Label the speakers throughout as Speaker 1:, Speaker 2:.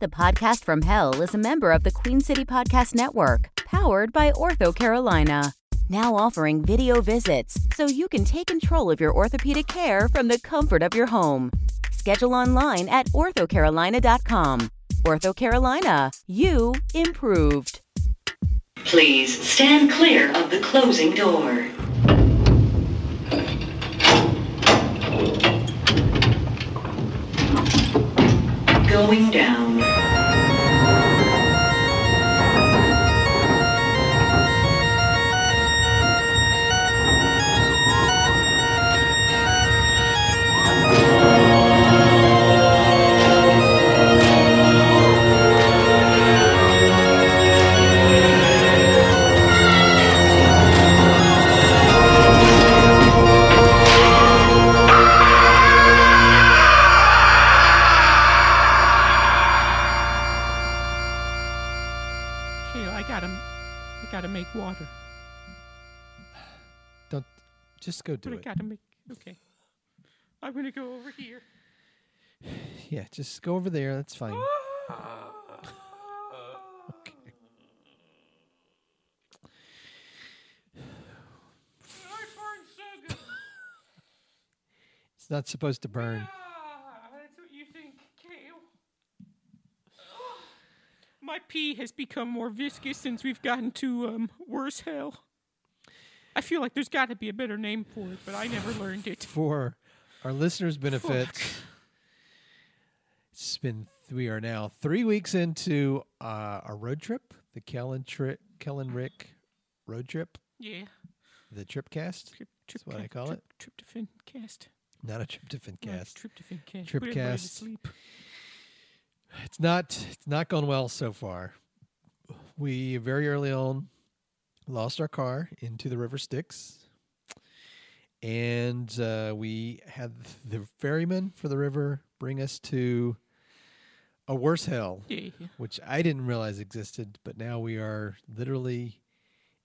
Speaker 1: The Podcast from Hell is a member of the Queen City Podcast Network, powered by Ortho Carolina. Now offering video visits so you can take control of your orthopedic care from the comfort of your home. Schedule online at orthocarolina.com. Ortho Carolina, you improved.
Speaker 2: Please stand clear of the closing door. Going down.
Speaker 3: Shale, I gotta, I gotta make water.
Speaker 4: Don't just go do
Speaker 3: But I
Speaker 4: it.
Speaker 3: gotta make. Okay, I'm gonna go over here.
Speaker 4: Yeah, just go over there. That's fine.
Speaker 3: Ah.
Speaker 4: Okay.
Speaker 3: I burned so good.
Speaker 4: It's not supposed to burn.
Speaker 3: Ah, that's what you think, Kale. My pee has become more viscous since we've gotten to um, worse hell. I feel like there's got to be a better name for it, but I never learned it.
Speaker 4: For our listeners' benefit, it's been we are now three weeks into uh, our road trip, the Kellen tri- Kellen Rick road trip,
Speaker 3: Yeah.
Speaker 4: the Tripcast.
Speaker 3: Trip, trip
Speaker 4: That's what I call
Speaker 3: trip,
Speaker 4: it.
Speaker 3: Tryptophan cast.
Speaker 4: Not a tryptophan
Speaker 3: Not
Speaker 4: cast.
Speaker 3: Tryptophan cast.
Speaker 4: Trip
Speaker 3: Put everybody to
Speaker 4: cast.
Speaker 3: sleep.
Speaker 4: It's not it's not gone well so far. We very early on lost our car into the river Styx, and uh, we had the ferryman for the river bring us to a worse hell,
Speaker 3: Yeah. yeah.
Speaker 4: which I didn't realize existed. But now we are literally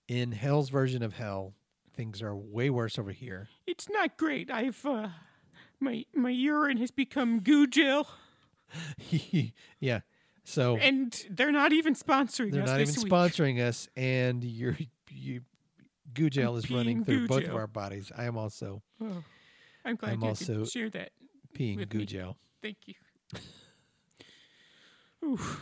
Speaker 4: in hell's version of hell. Things are way worse over here.
Speaker 3: It's not great. I've uh, my my urine has become goo gel,
Speaker 4: yeah, so
Speaker 3: and they're not even sponsoring
Speaker 4: They're
Speaker 3: us
Speaker 4: not
Speaker 3: this
Speaker 4: even
Speaker 3: week.
Speaker 4: sponsoring us, and your you, goo gel is running
Speaker 3: peeing
Speaker 4: through
Speaker 3: goo
Speaker 4: both
Speaker 3: gel.
Speaker 4: of our bodies. I am also
Speaker 3: Oh, I'm glad
Speaker 4: I'm
Speaker 3: you
Speaker 4: also-
Speaker 3: could share that.
Speaker 4: peeing
Speaker 3: With
Speaker 4: goo
Speaker 3: me.
Speaker 4: gel.
Speaker 3: Thank you. Oof.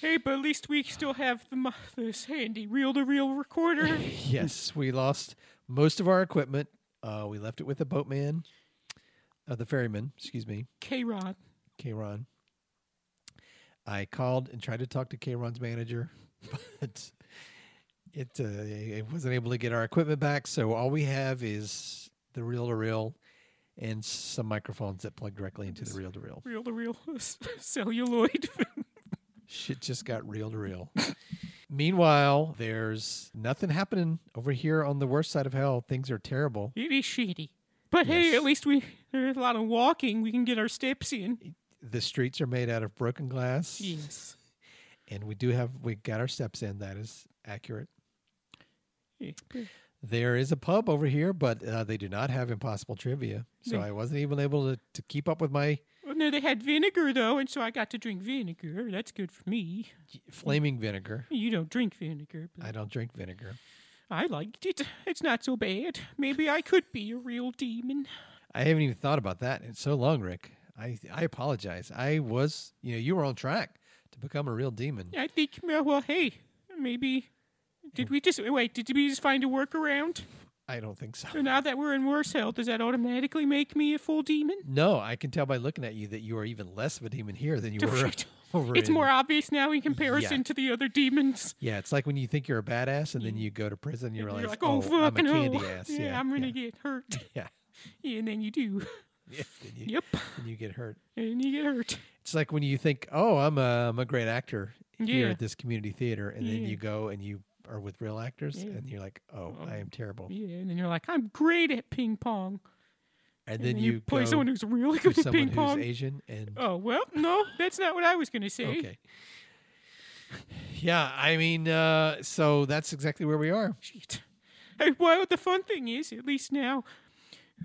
Speaker 3: Hey, but at least we still have the mo- this handy reel-to-reel recorder.
Speaker 4: Yes, we lost most of our equipment. Uh, we left it with the boatman, uh, the ferryman. Excuse me,
Speaker 3: K-Rod.
Speaker 4: Kron. I called and tried to talk to Kron's manager, but it uh, it wasn't able to get our equipment back. So all we have is the reel to reel and some microphones that plug directly into the reel to reel.
Speaker 3: Reel-to-reel celluloid.
Speaker 4: Shit just got real to real. Meanwhile, there's nothing happening over here on the worst side of hell. Things are terrible.
Speaker 3: it is shitty. But hey,
Speaker 4: Yes.
Speaker 3: at least we there's a lot of walking. We can get our steps in.
Speaker 4: The streets are made out of broken glass,
Speaker 3: Yes.
Speaker 4: and we do have we got our steps in. That is accurate.
Speaker 3: Yeah.
Speaker 4: There is a pub over here, but uh, they do not have impossible trivia, so
Speaker 3: They-
Speaker 4: I wasn't even able to, to keep up with my
Speaker 3: Well, no, they had vinegar though, and so I got to drink vinegar. That's good for me.
Speaker 4: flaming vinegar.
Speaker 3: You don't drink vinegar, but
Speaker 4: I don't drink vinegar.
Speaker 3: I liked it. It's not so bad. Maybe I could be a real demon.
Speaker 4: I haven't even thought about that in so long, Rick. I I apologize. I was you know you were on track to become a real demon.
Speaker 3: I think. Well, well, hey, maybe. Did we just wait? Did we just find a workaround?
Speaker 4: I don't think so.
Speaker 3: So now that we're in worse hell, does that automatically make me a full demon?
Speaker 4: No, I can tell by looking at you that you are even less of a demon here than you were
Speaker 3: Right.
Speaker 4: over
Speaker 3: It's
Speaker 4: in-
Speaker 3: more obvious now in comparison to the other demons.
Speaker 4: Yeah, it's like when you think you're a badass and then you go to prison and you realize,
Speaker 3: You're like, oh,
Speaker 4: I'm a
Speaker 3: fucking
Speaker 4: candy
Speaker 3: hell.
Speaker 4: ass.
Speaker 3: Yeah,
Speaker 4: Yeah,
Speaker 3: I'm gonna
Speaker 4: yeah,
Speaker 3: get hurt.
Speaker 4: Yeah.
Speaker 3: Yeah, and then you do.
Speaker 4: yeah. Then you,
Speaker 3: Yep.
Speaker 4: then you get hurt.
Speaker 3: And you get hurt.
Speaker 4: It's like when you think, oh, I'm a, I'm a great actor here
Speaker 3: Yeah.
Speaker 4: at this community theater, and then
Speaker 3: Yeah.
Speaker 4: you go and you are with real actors,
Speaker 3: Yeah.
Speaker 4: and you're like, oh, I am terrible.
Speaker 3: Yeah, and then you're like, I'm great at ping pong.
Speaker 4: And
Speaker 3: And
Speaker 4: then you,
Speaker 3: play
Speaker 4: go
Speaker 3: someone who's really
Speaker 4: to
Speaker 3: good at
Speaker 4: someone
Speaker 3: ping
Speaker 4: who's
Speaker 3: pong.
Speaker 4: Asian, and
Speaker 3: Oh well, no, that's not what I was gonna say.
Speaker 4: okay. Yeah, I mean, uh, so that's exactly where we are.
Speaker 3: Shit. Hey, well, the fun thing is, at least now,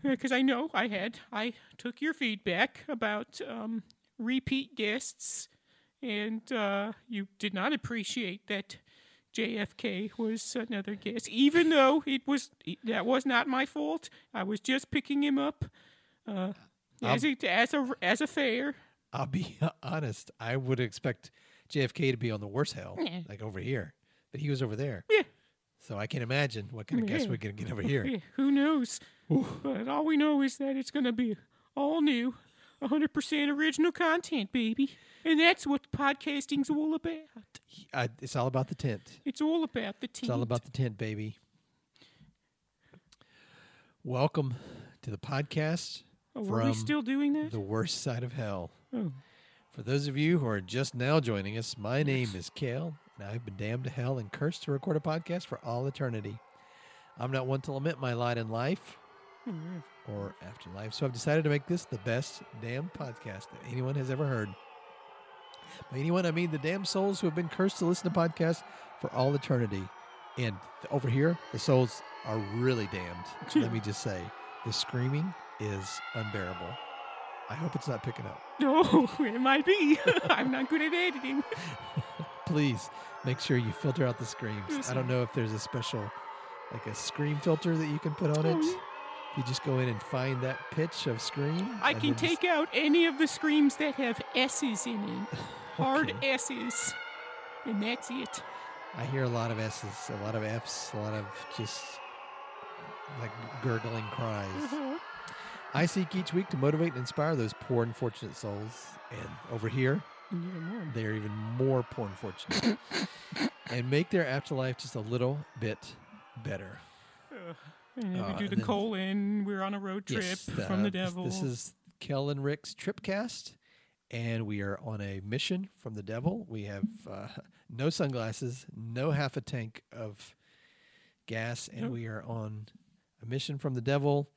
Speaker 3: because I know I had, I took your feedback about um, repeat guests and uh, you did not appreciate that JFK was another guest, even though it was that was not my fault. I was just picking him up uh, as a as a as a fair.
Speaker 4: I'll be honest. I would expect JFK to be on the worst hell,
Speaker 3: Yeah.
Speaker 4: like over here, but he was over there.
Speaker 3: Yeah,
Speaker 4: So I can't imagine what kind of guests
Speaker 3: Yeah.
Speaker 4: we're gonna get over here.
Speaker 3: yeah, who knows? But all we know is that it's going to be all new, 100% original content, baby, and that's what podcasting's all about.
Speaker 4: I, it's all about the tent.
Speaker 3: It's all about the team.
Speaker 4: It's all about the tent, baby. Welcome to the podcast
Speaker 3: Oh, are
Speaker 4: from
Speaker 3: we still doing that?
Speaker 4: the worst side of hell.
Speaker 3: Oh.
Speaker 4: For those of you who are just now joining us, my name is Kale, and I've been damned to hell and cursed to record a podcast for all eternity. I'm not one to lament my lot in life or afterlife, so I've decided to make this the best damn podcast that anyone has ever heard. By anyone, I mean the damn souls who have been cursed to listen to podcasts for all eternity. And th- over here, the souls are really damned. Let me just say, the screaming is unbearable. I hope it's not picking up.
Speaker 3: No, it might be. I'm not good at editing.
Speaker 4: Please make sure you filter out the screams. I don't know if there's a special, like a scream filter that you can put on it.
Speaker 3: yeah.
Speaker 4: You just go in and find that pitch of scream.
Speaker 3: Mm-hmm. I
Speaker 4: and
Speaker 3: can
Speaker 4: then just-
Speaker 3: take out any of the screams that have S's in them. Hard S's. And that's it.
Speaker 4: I hear a lot of S's, a lot of F's, a lot of just like gurgling cries.
Speaker 3: Mm-hmm. Uh-huh.
Speaker 4: I seek each week to motivate and inspire those poor, unfortunate souls. And over here, they're even more poor, unfortunate. and make their afterlife just a little bit better.
Speaker 3: And then
Speaker 4: Uh,
Speaker 3: we do the
Speaker 4: then-
Speaker 3: colon. We're on a road trip from
Speaker 4: uh,
Speaker 3: the
Speaker 4: this-
Speaker 3: devil.
Speaker 4: This is Kel and Rick's Tripcast, and we are on a mission from the devil. We have uh, no sunglasses, no half a tank of gas, and we are on a mission from the devil,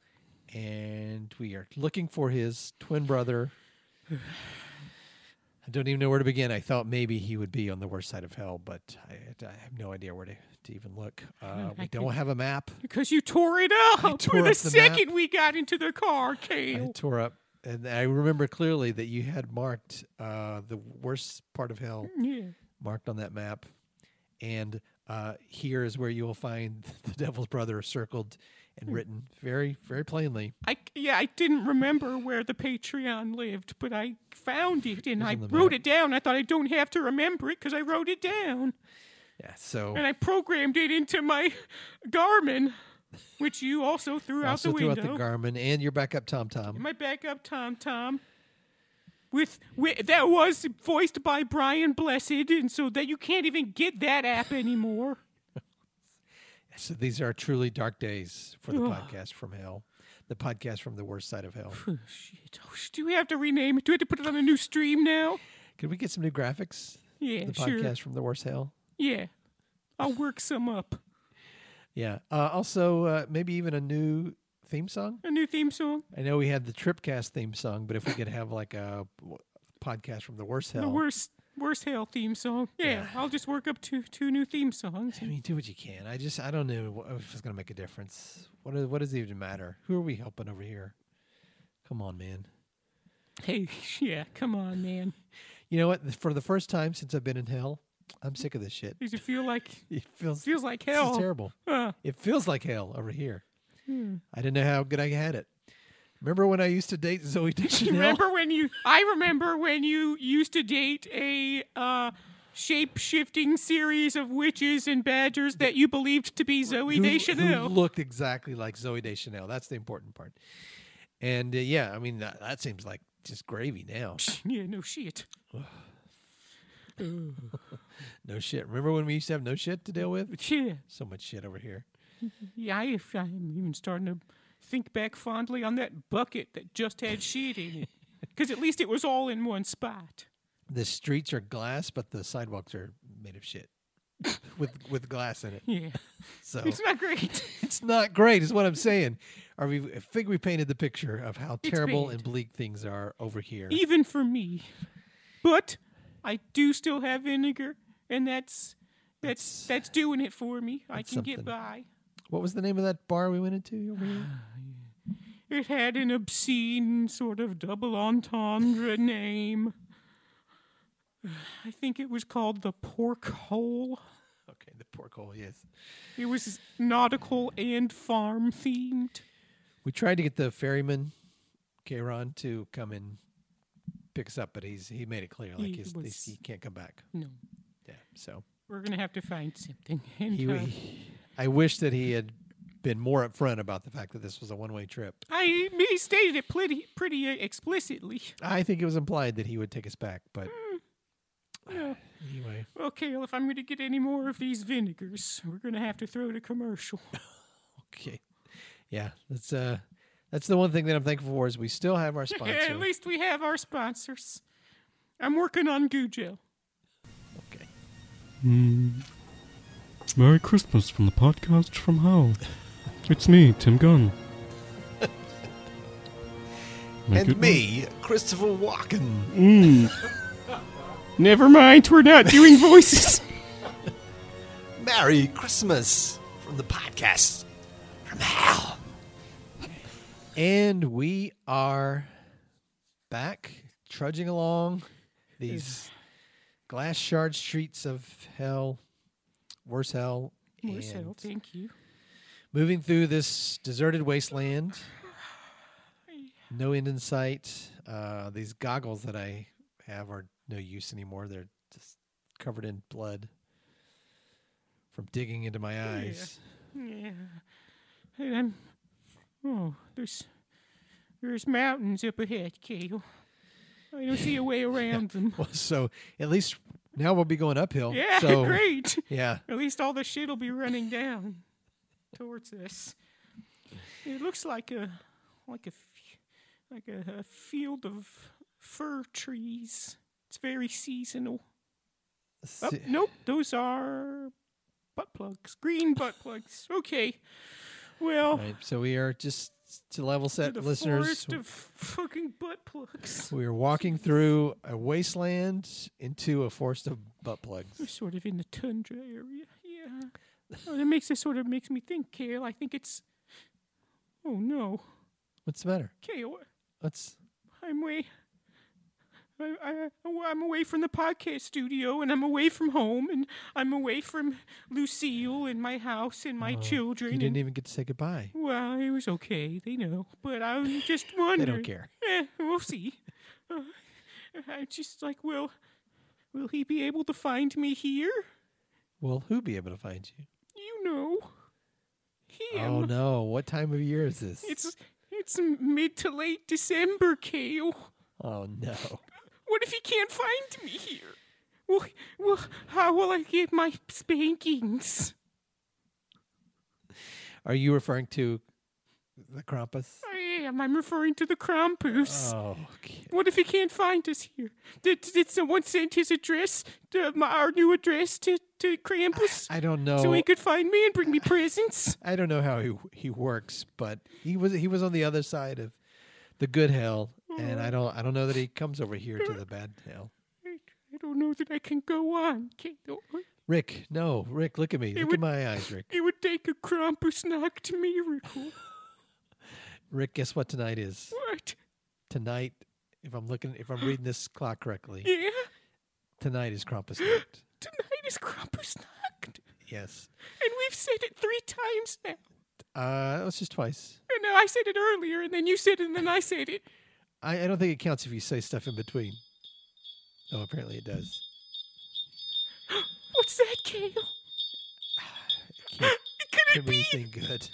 Speaker 4: and we are looking for his twin brother. I don't even know where to begin. I thought maybe he would be on the worst side of hell, but I, I have no idea where to, to even look. Uh, we don't have a map.
Speaker 3: because you tore it up
Speaker 4: tore
Speaker 3: the
Speaker 4: up the map.
Speaker 3: second we got into the car,
Speaker 4: I
Speaker 3: Kale.
Speaker 4: tore up, and I remember clearly that you had marked uh, the worst part of hell
Speaker 3: yeah.
Speaker 4: marked on that map, and uh, here is where you will find the devil's brother circled and
Speaker 3: Hmm.
Speaker 4: written very, very plainly.
Speaker 3: I, yeah, I didn't remember where the Patreon lived, but I found it and I
Speaker 4: on the
Speaker 3: wrote
Speaker 4: map.
Speaker 3: it down. I thought I don't have to remember it because I wrote it down.
Speaker 4: Yeah, so
Speaker 3: and I programmed it into my Garmin, which you also threw
Speaker 4: also
Speaker 3: out the
Speaker 4: throughout
Speaker 3: window.
Speaker 4: the Garmin and your backup Tom Tom.
Speaker 3: my backup Tom Tom, with, with that was voiced by Brian Blessed, and so that you can't even get that app anymore.
Speaker 4: So these are truly dark days for the podcast from hell, the podcast from the worst side of hell.
Speaker 3: Shit. Oh, sh- Do we have to rename it? Do we have to put it on a new stream now?
Speaker 4: Could we get some new graphics?
Speaker 3: Yeah,
Speaker 4: The
Speaker 3: sure.
Speaker 4: podcast from the worst hell.
Speaker 3: Yeah, I'll work some up.
Speaker 4: Yeah. Uh, also, uh, maybe even a new theme song.
Speaker 3: A new theme song.
Speaker 4: I know we had the Tripcast theme song, but if we could have like a w- podcast from the worst hell,
Speaker 3: The worst, worst hell theme song. Yeah, I'll just work up two two new theme songs.
Speaker 4: I mean, do what you can. I just I don't know wha- if it's gonna make a difference. What are, what does it even matter? Who are we helping over here? Come on, man.
Speaker 3: Hey, yeah, come on, man.
Speaker 4: You know what? For the first time since I've been in hell, I'm sick of this shit.
Speaker 3: Does it feel like
Speaker 4: It feels
Speaker 3: feels like
Speaker 4: this is
Speaker 3: hell. Hmm.
Speaker 4: terrible.
Speaker 3: Uh,
Speaker 4: It feels like hell over here. I didn't know how good I had it. Remember when I used to date Zoe Deschanel?
Speaker 3: remember when you? I remember when you used to date a uh, shape-shifting series of witches and badgers that you believed to be Zoe
Speaker 4: who-
Speaker 3: Deschanel.
Speaker 4: who looked exactly like Zoe Deschanel. That's the important part. And uh, yeah, I mean that, that seems like just gravy now.
Speaker 3: yeah, no shit.
Speaker 4: No shit. Remember when we used to have no shit to deal with?
Speaker 3: Yeah,
Speaker 4: So much shit over here.
Speaker 3: yeah. I, I'm even starting to think back fondly on that bucket that just had shit in it, because at least it was all in one spot.
Speaker 4: The streets are glass, but the sidewalks are made of shit with with glass in it.
Speaker 3: Yeah,
Speaker 4: So
Speaker 3: it's not great.
Speaker 4: it's not great, is what I'm saying. Are we? I think we painted the picture of how terrible
Speaker 3: bad.
Speaker 4: and bleak things are over here.
Speaker 3: even for me. But I do still have vinegar, and that's that's that's doing it for me. I
Speaker 4: that's
Speaker 3: can get
Speaker 4: something.
Speaker 3: by.
Speaker 4: What was the name of that bar we went into? Over here?
Speaker 3: It had an obscene sort of double entendre name. I think it was called the pork hole.
Speaker 4: Okay, the porkhole, yes.
Speaker 3: It was nautical and farm themed.
Speaker 4: We tried to get the ferryman, Charon, to come and pick us up, but he's he made it clear like
Speaker 3: He
Speaker 4: he's,
Speaker 3: was-
Speaker 4: he can't come back.
Speaker 3: No,
Speaker 4: Yeah, so
Speaker 3: we're gonna have to find something. And,
Speaker 4: he,
Speaker 3: uh,
Speaker 4: he- I wish that he had been more upfront about the fact that this was a one-way trip.
Speaker 3: I he stated it pretty pretty uh, explicitly.
Speaker 4: I think it was implied that he would take us back, but
Speaker 3: No.
Speaker 4: anyway,
Speaker 3: Okay, well, if I'm going to get any more of these vinegars, we're going to have to throw it a commercial.
Speaker 4: okay, yeah, that's uh, that's the one thing that I'm thankful for is we still have our sponsor.
Speaker 3: At least we have our sponsors. I'm working on goo gel.
Speaker 4: okay,
Speaker 5: Merry Christmas from the podcast from Hell. It's me, Tim Gunn. Make it-
Speaker 4: and me, Christopher Walken.
Speaker 3: Never mind, we're not doing voices.
Speaker 4: Merry Christmas from the podcast from Hell. And we are back trudging along these glass shard streets of hell, worse hell,
Speaker 3: More
Speaker 4: and
Speaker 3: so, thank you.
Speaker 4: moving through this deserted wasteland. No end in sight. Uh, these goggles that I have are no use anymore. They're just covered in blood from digging into my eyes.
Speaker 3: Yeah. And I'm. Oh, there's. There's mountains up ahead, Kale. I don't see a way around them.
Speaker 4: Well, so at least now we'll be going uphill.
Speaker 3: Yeah,
Speaker 4: so,
Speaker 3: great.
Speaker 4: Yeah.
Speaker 3: At least all the shit will be running down towards us. It looks like a like a f- like a, a field of fir trees. It's very seasonal. Oh,
Speaker 4: See-
Speaker 3: nope, those are butt plugs. Green butt plugs. Okay. Well,
Speaker 4: All right, so we are just to level
Speaker 3: to
Speaker 4: set
Speaker 3: the
Speaker 4: listeners.
Speaker 3: forest of fucking butt plugs.
Speaker 4: We are walking through a wasteland into a forest of butt
Speaker 3: We're
Speaker 4: plugs.
Speaker 3: sort of in the tundra area. Yeah. Oh, that makes it sort of makes me think, Kale. I think it's. Oh no,
Speaker 4: What's the matter?
Speaker 3: Kale.
Speaker 4: What's
Speaker 3: I'm way. I, I, oh, I'm away from the podcast studio, and I'm away from home, and I'm away from Lucille and my house and my children.
Speaker 4: Oh, you didn't
Speaker 3: and-
Speaker 4: even get to say goodbye.
Speaker 3: well, it was okay. They know, but I'm just wondering.
Speaker 4: They don't care.
Speaker 3: Eh, we'll see. Uh, I'm just like, will, will he be able to find me here?
Speaker 4: Will who be able to find you?
Speaker 3: You know, him.
Speaker 4: Oh no! What time of year is this?
Speaker 3: It's it's mid to late December, Kale.
Speaker 4: oh no!
Speaker 3: What if he can't find me here? Well, well, how will I get my spankings?
Speaker 4: Are you referring to the Krampus?
Speaker 3: I am. I'm referring to the Krampus.
Speaker 4: Oh, okay.
Speaker 3: What if he can't find us here? Did, did someone send his address, to my, our new address, to, to Krampus?
Speaker 4: I don't know.
Speaker 3: So he could find me and bring me presents?
Speaker 4: I don't know how he he works, but he was he was on the other side of the good hell, and
Speaker 3: Mm.
Speaker 4: I don't I don't know that he comes over here to the bad hell.
Speaker 3: I, I don't know that I can go on, Kale.
Speaker 4: Rick, no, Rick, look at me, look
Speaker 3: would-
Speaker 4: at my eyes, Rick.
Speaker 3: It would take a Krampus knocked miracle.
Speaker 4: Rick, guess what tonight is?
Speaker 3: What?
Speaker 4: Tonight, if I'm looking, if I'm reading this clock correctly,
Speaker 3: Yeah?
Speaker 4: tonight is Krampus night.
Speaker 3: Tonight is Krampus knocked.
Speaker 4: Yes,
Speaker 3: And we've said it three times now.
Speaker 4: uh, it was just twice.
Speaker 3: And now I said it earlier, and then you said it, and then I said it.
Speaker 4: I, I don't think it counts if you say stuff in between. Oh, apparently it does.
Speaker 3: What's that, Kale?
Speaker 4: It can't,
Speaker 3: Could
Speaker 4: can't
Speaker 3: it
Speaker 4: be
Speaker 3: be?
Speaker 4: anything good.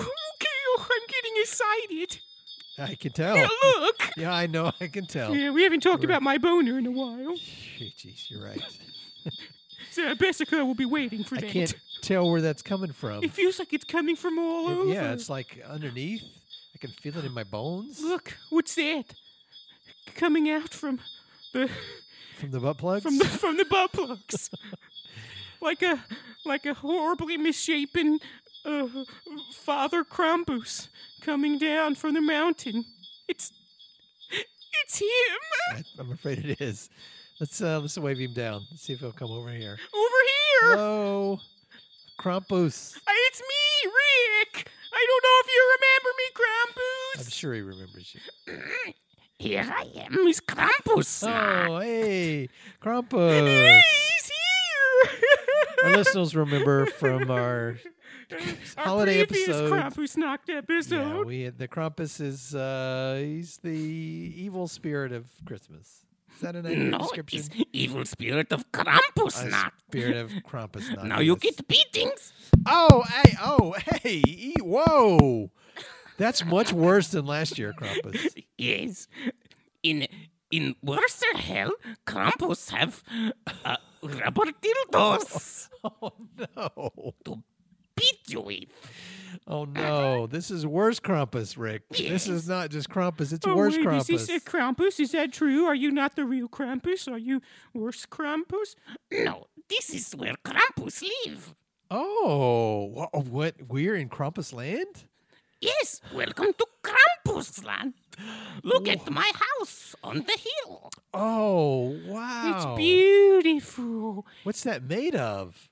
Speaker 3: Oh, Kale, I'm getting excited.
Speaker 4: I can tell.
Speaker 3: Now look.
Speaker 4: Yeah, I know. I can tell.
Speaker 3: Yeah, we haven't talked about my boner in a while,
Speaker 4: Jeez, you're right.
Speaker 3: so Bessica will be waiting for
Speaker 4: I
Speaker 3: that.
Speaker 4: can't tell where that's coming from.
Speaker 3: It feels like it's coming from all over.
Speaker 4: yeah, it's like underneath. I can feel it in my bones
Speaker 3: look, what's that? Coming out from the
Speaker 4: from the butt plugs.
Speaker 3: from the from the butt plugs, like a like a horribly misshapen uh, Father Krampus coming down from the mountain. It's it's him
Speaker 4: I, am afraid it is. Let's uh, let's wave him down. Let's see if he'll come over here.
Speaker 3: over here.
Speaker 4: Hello, Krampus.
Speaker 3: Uh, It's me, Rick. I don't know if you remember me, Krampus.
Speaker 4: I'm sure he remembers you.
Speaker 3: Here I am, Miss Krampus.
Speaker 4: Oh, hey, Krampus.
Speaker 3: He's here.
Speaker 4: our listeners remember from our
Speaker 3: Our
Speaker 4: holiday
Speaker 3: previous
Speaker 4: episode.
Speaker 3: Krampus knocked
Speaker 4: Yeah,
Speaker 3: episode.
Speaker 4: we had, the Krampus is uh, he's the evil spirit of Christmas. Is that an accurate
Speaker 3: no,
Speaker 4: description?
Speaker 3: it's evil spirit of Krampus
Speaker 4: A
Speaker 3: knock.
Speaker 4: spirit of Krampus. Knock,
Speaker 3: Now you
Speaker 4: yes.
Speaker 3: get beatings.
Speaker 4: Oh, hey, oh, hey, e- whoa. That's much worse than last year, Krampus.
Speaker 3: Yes. In in worse than hell, Krampus have uh, rubber dildos
Speaker 4: Oh no!
Speaker 3: to beat you with.
Speaker 4: Oh no! This is worse, Krampus, Rick. This is not just Krampus; it's worse, Krampus.
Speaker 3: Oh, Is this Krampus? Is that true? Are you not the real Krampus? Are you worse Krampus? No, this is where Krampus live.
Speaker 4: oh, wha- oh, what? We're in Krampus land.
Speaker 3: Yes, welcome to Krampusland. Look at my house on the hill.
Speaker 4: Oh wow!
Speaker 3: It's beautiful.
Speaker 4: What's that made of?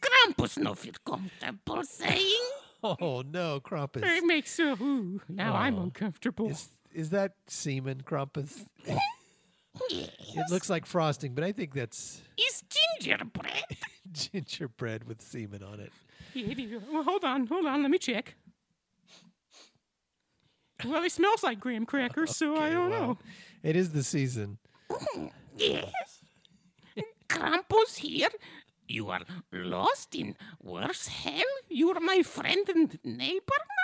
Speaker 3: Krampus no feel comfortable saying.
Speaker 4: Oh no, Krampus!
Speaker 3: It makes a ooh. Now I'm
Speaker 4: Oh.
Speaker 3: uncomfortable.
Speaker 4: Is, is that semen, Krampus?
Speaker 3: Yes.
Speaker 4: It looks like frosting, but I think that's
Speaker 3: It's gingerbread.
Speaker 4: gingerbread with semen on it.
Speaker 3: Here you go. Well, hold on, hold on. Let me check. Well, it smells like graham crackers, so I
Speaker 4: Okay,
Speaker 3: don't
Speaker 4: well,
Speaker 3: know.
Speaker 4: It is the season.
Speaker 3: Yes. Krampus here. You are lost in worse hell. You are my friend and neighbor now.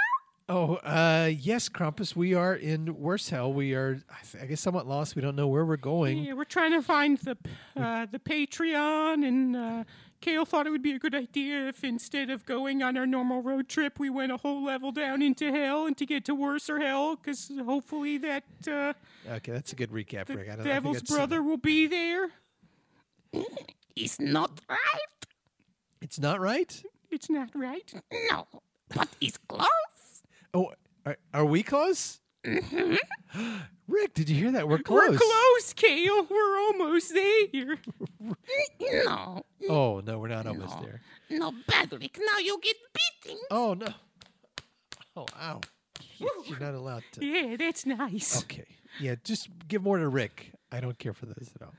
Speaker 4: Oh, uh, yes, Krampus, we are in worse hell. We are, I th- I guess, somewhat lost. We don't know where we're going.
Speaker 3: Yeah, we're trying to find the uh, the Patreon, and uh, Kale thought it would be a good idea if instead of going on our normal road trip, we went a whole level down into hell and to get to worse or hell, because hopefully that uh,
Speaker 4: Okay, that's a good recap,
Speaker 3: the
Speaker 4: Rick. I don't, I think uh,
Speaker 3: devil's
Speaker 4: that's-
Speaker 3: brother will be there. It's not right.
Speaker 4: It's not right?
Speaker 3: It's not right. No, but it's close.
Speaker 4: Oh, are, are we close? Rick, did you hear that? We're close.
Speaker 3: Mm-hmm. We're close, Kale. We're almost there. no,
Speaker 4: Oh, no, we're not almost there.
Speaker 3: no, Badrick. Now you get beating.
Speaker 4: Oh, no. Oh, ow. You're not allowed to.
Speaker 3: Yeah, that's nice.
Speaker 4: Okay. Yeah, just give more to Rick. I don't care for those at all.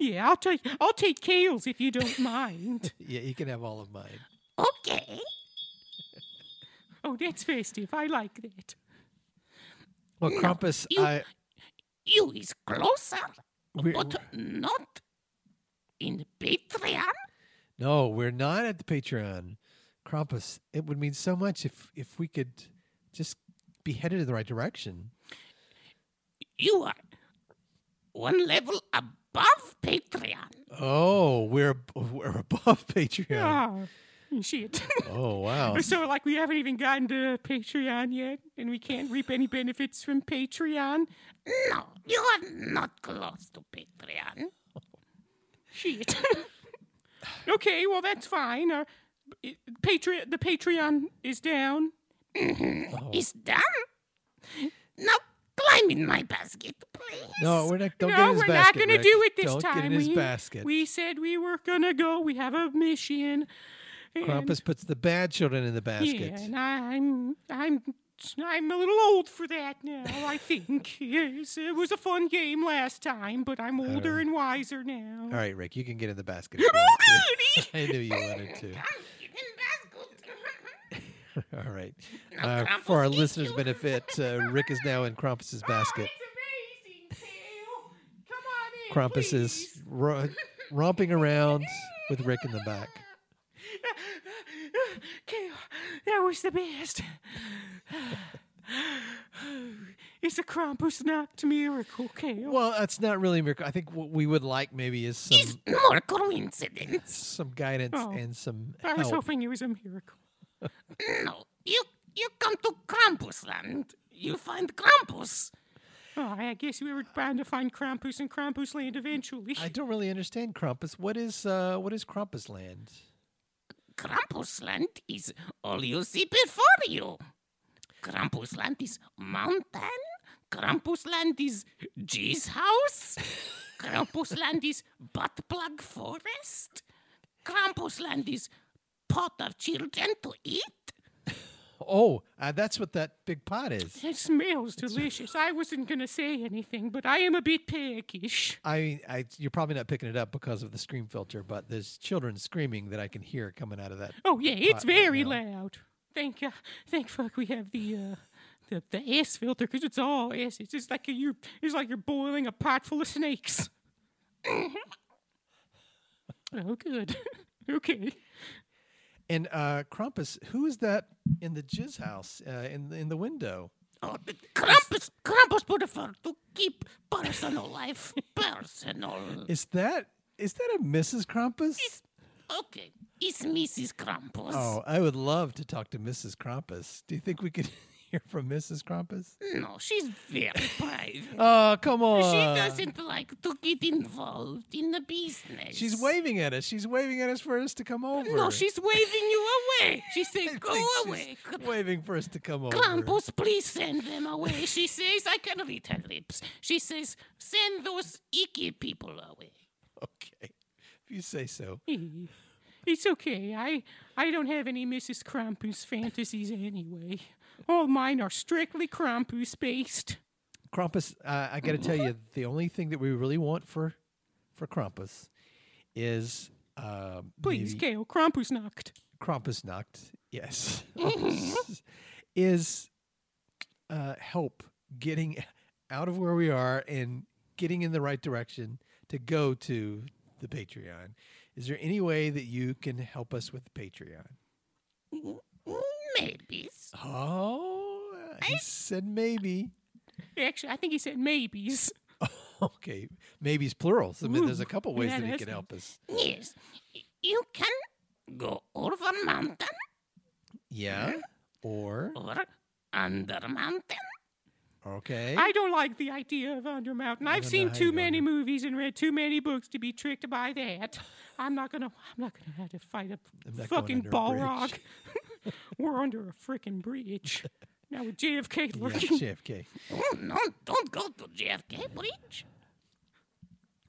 Speaker 3: Yeah, I'll take I'll take Kale's if you don't mind.
Speaker 4: Yeah, you can have all of mine.
Speaker 3: okay. Oh, that's festive. I like that.
Speaker 4: Well, Krampus,
Speaker 3: you-
Speaker 4: I.
Speaker 3: You is closer,
Speaker 4: We're,
Speaker 3: not in Patreon.
Speaker 4: No, we're not at the Patreon. Krampus, it would mean so much if if we could just be headed in the right direction.
Speaker 3: You are one level above Patreon.
Speaker 4: Oh, we're ab- we're above Patreon.
Speaker 3: Ah, shit.
Speaker 4: Oh wow.
Speaker 3: so like we haven't even gotten to Patreon yet, and we can't reap any benefits from Patreon. No, you are not close to Patreon. Shit. okay, well that's fine. Uh, it- Patre- the Patreon is down. Mm-hmm. It's down. Now climb in my basket, please.
Speaker 4: No, we're not. Don't
Speaker 3: no,
Speaker 4: get in his
Speaker 3: we're not
Speaker 4: basket.
Speaker 3: going to
Speaker 4: Rick.
Speaker 3: do it this
Speaker 4: don't
Speaker 3: time.
Speaker 4: Get in his
Speaker 3: we,
Speaker 4: basket.
Speaker 3: we said we were going to go. We have a mission. And-
Speaker 4: Krampus puts the bad children in the basket.
Speaker 3: yeah, and I'm I'm I'm a little old for that now. I think yes, it was a fun game last time, but I'm older and wiser now.
Speaker 4: All right, Rick, you can get in the basket. if you want to. I knew you wanted to. All right. Uh, for our listeners' benefit, uh, Rick is now in Krampus's basket. Krampus is ro- romping around with Rick in the back.
Speaker 3: Okay, that was the best. It's a Krampus knocked miracle, Kale.
Speaker 4: Well, that's not really a miracle. I think what we would like maybe is some
Speaker 3: more coincidence.
Speaker 4: some guidance
Speaker 3: Oh.
Speaker 4: and some
Speaker 3: I was
Speaker 4: help.
Speaker 3: hoping it was a miracle. no, you you come to Krampusland. You find Krampus. Oh, I guess we were bound to find Krampus in Krampus Land eventually.
Speaker 4: I don't really understand Krampus. What is uh, what is Krampus land?
Speaker 6: Krampusland is all you see before you. Krampusland is mountain. Krampusland is G's house. Krampusland is butt plug forest. Krampusland is pot of children to eat.
Speaker 4: Oh, uh, that's what that big pot is.
Speaker 3: It smells delicious. I wasn't going to say anything, but I am a bit peckish.
Speaker 4: I mean, I, you're probably not picking it up because of the scream filter, but there's children screaming that I can hear coming out of that.
Speaker 3: Oh yeah, it's
Speaker 4: Pot right
Speaker 3: very
Speaker 4: now.
Speaker 3: loud. Thank uh, thank fuck we have the uh, the the S filter because it's all S. It's just like you it's like you're boiling a pot full of snakes. oh good. okay.
Speaker 4: And uh, Krampus, who is that in the jizz house uh, in the- in the window?
Speaker 6: Oh, the Krampus, Krampus prefer to keep personal life personal.
Speaker 4: Is that is that a Mrs. Krampus?
Speaker 6: Okay, it's Mrs. Krampus.
Speaker 4: Oh, I would love to talk to Mrs. Krampus. Do you think we could hear from Mrs. Krampus?
Speaker 6: No, she's very private.
Speaker 4: Oh, come on.
Speaker 6: she doesn't like to get involved in the business.
Speaker 4: She's waving at us. She's waving at us for us to come over.
Speaker 6: No, she's waving you away. She
Speaker 4: I
Speaker 6: said,
Speaker 4: think
Speaker 6: "Go
Speaker 4: she's
Speaker 6: away, Kr-
Speaker 4: Waving for us to come over.
Speaker 6: Krampus. Please send them away." She says, "I can read her lips." She says, "Send those icky people away."
Speaker 4: Okay. If you say so.
Speaker 3: Eh, It's okay. I I don't have any Mrs. Krampus fantasies anyway. All mine are strictly Krampus based.
Speaker 4: Krampus, uh, I got to tell you, the only thing that we really want for for Krampus is um,
Speaker 3: Please,
Speaker 4: maybe
Speaker 3: Kale, Krampus knocked.
Speaker 4: Krampusnacht, yes, is uh, help getting out of where we are and getting in the right direction to go to the Patreon. Is there any way that you can help us with the Patreon?
Speaker 6: Maybe.
Speaker 4: Oh, he said maybe.
Speaker 3: Actually, I think he said maybes.
Speaker 4: Okay, maybe's plural. So I mean, there's a
Speaker 3: Ooh,
Speaker 4: couple ways
Speaker 3: yeah,
Speaker 4: that he
Speaker 3: that's
Speaker 4: could
Speaker 3: nice.
Speaker 4: help us.
Speaker 6: Yes, you can go over mountain
Speaker 4: Yeah. Or
Speaker 6: or under mountain.
Speaker 4: Oh, okay.
Speaker 3: I don't like the idea of Under Mountain. I've
Speaker 4: don't know
Speaker 3: seen
Speaker 4: how
Speaker 3: too
Speaker 4: you
Speaker 3: many
Speaker 4: under-
Speaker 3: movies and read too many books to be tricked by that. I'm not gonna. I'm not gonna have to fight
Speaker 4: I'm
Speaker 3: a
Speaker 4: not going
Speaker 3: fucking
Speaker 4: under a bridge.
Speaker 3: Balrog. We're under a freaking bridge now with JFK
Speaker 4: yeah,
Speaker 3: looking.
Speaker 4: JFK.
Speaker 6: Oh no! Don't go to JFK Bridge.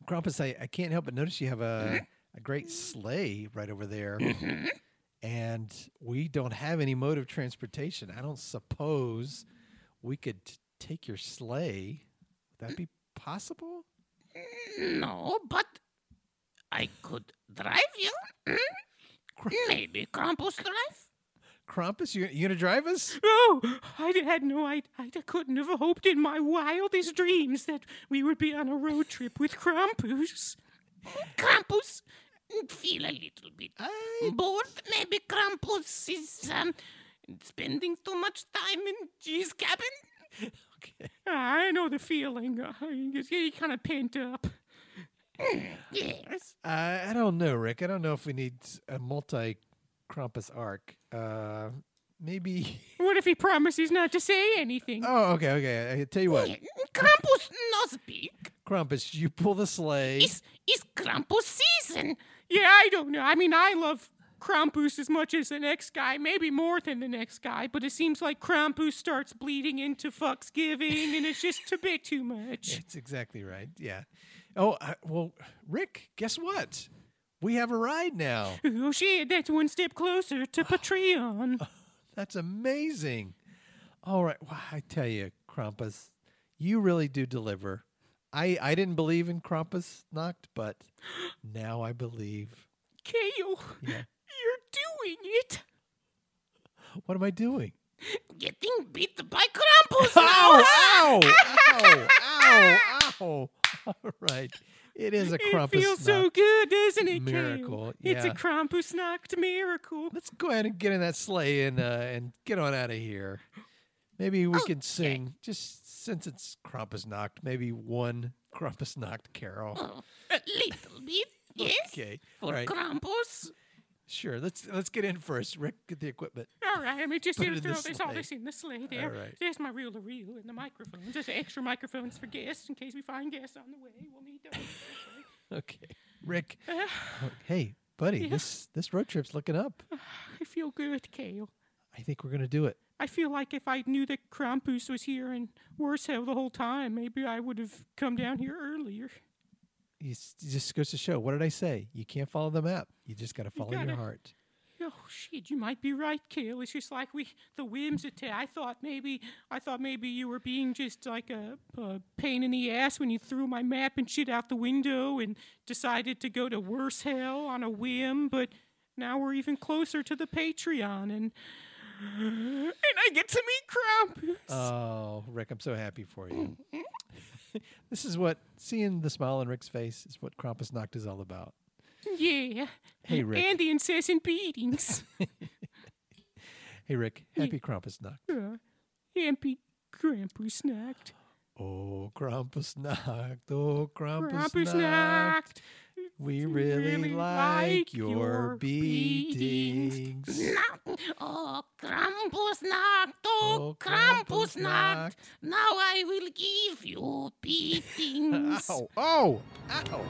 Speaker 4: Krampus, I, I can't help but notice you have a, a great sleigh right over there. and we don't have any mode of transportation. I don't suppose we could t- take your sleigh. Would that be possible?
Speaker 6: No, but I could drive you. Hmm? Maybe Krampus drive.
Speaker 4: Krampus, you, you going to drive us?
Speaker 3: Oh, I had no I, I couldn't have hoped in my wildest dreams that we would be on a road trip with Krampus.
Speaker 6: Krampus feel a little bit
Speaker 4: I-
Speaker 6: bored. Maybe Krampus is um, spending too much time in his cabin.
Speaker 3: I know the feeling. Uh, he's he's kind of pent up.
Speaker 6: Yes.
Speaker 4: I, I don't know, Rick. I don't know if we need a multi Krampus arc. Uh, maybe.
Speaker 3: What if he promises not to say anything?
Speaker 4: Oh, okay, okay. I tell you what,
Speaker 6: Krampus no speak.
Speaker 4: Krampus, you pull the sleigh.
Speaker 6: It's, it's Krampus season.
Speaker 3: Yeah, I don't know. I mean, I love Krampus as much as the next guy, maybe more than the next guy, but it seems like Krampus starts bleeding into Fucksgiving, and it's just a bit too much.
Speaker 4: That's exactly right. Yeah. Oh, I, well, Rick, guess what? We have a ride now.
Speaker 3: Oh shit, that's one step closer to Patreon.
Speaker 4: That's amazing. All right. Well, I tell you, Krampus, you really do deliver. I, I didn't believe in Krampus knocked, but now I believe.
Speaker 3: Kale, you're doing it.
Speaker 4: What am I doing?
Speaker 6: Getting beat by Krampus.
Speaker 4: Ow!
Speaker 3: Oh,
Speaker 4: Ow! Ow! Ow! Ow! All right. It is a Krampus
Speaker 3: It feels so
Speaker 4: knock.
Speaker 3: good, doesn't it, Kale?
Speaker 4: miracle,
Speaker 3: It's a
Speaker 4: yeah.
Speaker 3: Krampusnacht miracle.
Speaker 4: Let's go ahead and get in that sleigh and uh, and get on out of here. Maybe we can sing just since it's Krampusnacht, maybe one Krampusnacht carol.
Speaker 6: Oh, a little bit. Yes.
Speaker 4: Okay. All
Speaker 6: For
Speaker 4: right.
Speaker 6: Krampus.
Speaker 4: Sure. Let's let's get in first. Rick, get the equipment.
Speaker 3: All right, I'm just
Speaker 4: Put
Speaker 3: going
Speaker 4: it
Speaker 3: to
Speaker 4: in the
Speaker 3: throw this all
Speaker 4: sleigh.
Speaker 3: this in the sleigh there.
Speaker 4: right.
Speaker 3: There's my reel to reel and the microphone. Just extra microphones for guests in case we find guests on the way. We'll need those.
Speaker 4: Okay. Rick. oh, hey, buddy, this this road trip's looking up.
Speaker 3: I feel good, Kale.
Speaker 4: I think we're gonna do it.
Speaker 3: I feel like if I knew that Krampus was here and Warsaw the whole time, maybe I would have come down here earlier.
Speaker 4: It just goes to show. What did I say? You can't follow the map. You just gotta follow your
Speaker 3: gotta-
Speaker 4: heart.
Speaker 3: Yeah, No, Oh, shit, you might be right, Kale. It's just like we, the whims attack. I thought maybe, I thought maybe you were being just like a, a pain in the ass when you threw my map and shit out the window and decided to go to worse hell on a whim. But now we're even closer to the Patreon, and and I get to meet Krampus.
Speaker 4: Oh, Rick, I'm so happy for you. this is what seeing the smile on Rick's face is what Krampus knocked is all about.
Speaker 3: yeah,
Speaker 4: Hey, Rick.
Speaker 3: and the incessant beatings.
Speaker 4: Hey, Rick, happy Krampus knocked.
Speaker 3: uh, Happy Krampus knocked.
Speaker 4: Oh, Krampus knocked. Oh, Krampus,
Speaker 3: Krampus
Speaker 4: knocked.
Speaker 3: knocked.
Speaker 4: We really,
Speaker 3: really
Speaker 4: like,
Speaker 3: like
Speaker 4: your
Speaker 3: your beatings.
Speaker 4: beatings.
Speaker 6: Oh, Krampus knocked. Oh,
Speaker 4: Oh,
Speaker 6: Krampus knocked.
Speaker 4: Krampus knocked.
Speaker 6: Now I will give you beatings.
Speaker 4: Ow, oh, ow.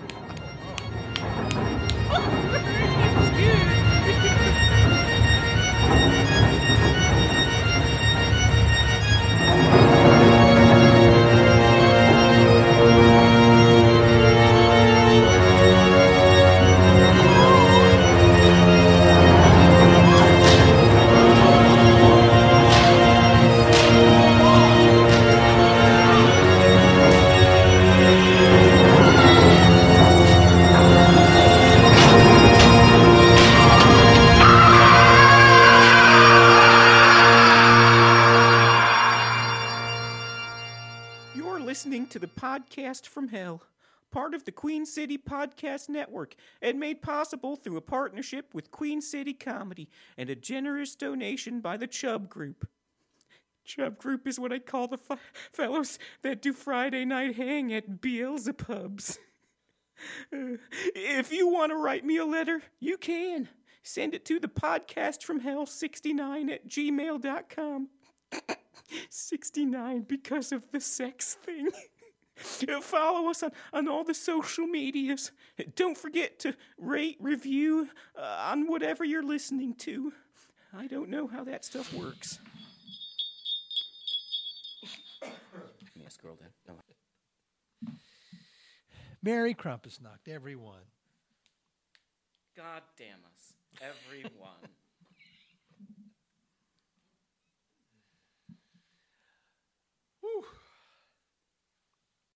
Speaker 3: You're listening to the podcast from hell, part of the Queen City Podcast Network, and made possible through a partnership with Queen City Comedy and a generous donation by the Chubb Group. Chubb Group is what I call the f- fellows that do Friday night hang at Beelzebubs. Uh, if you want to write me a letter, you can. Send it to the podcast from hell 69 at gmail.com. 69 because of the sex thing. Follow us on, on all the social medias. Don't forget to rate, review uh, on whatever you're listening to. I don't know how that stuff works.
Speaker 7: Yeah, scroll down. No.
Speaker 4: Merry Krampus knocked, everyone.
Speaker 7: God damn us. Everyone.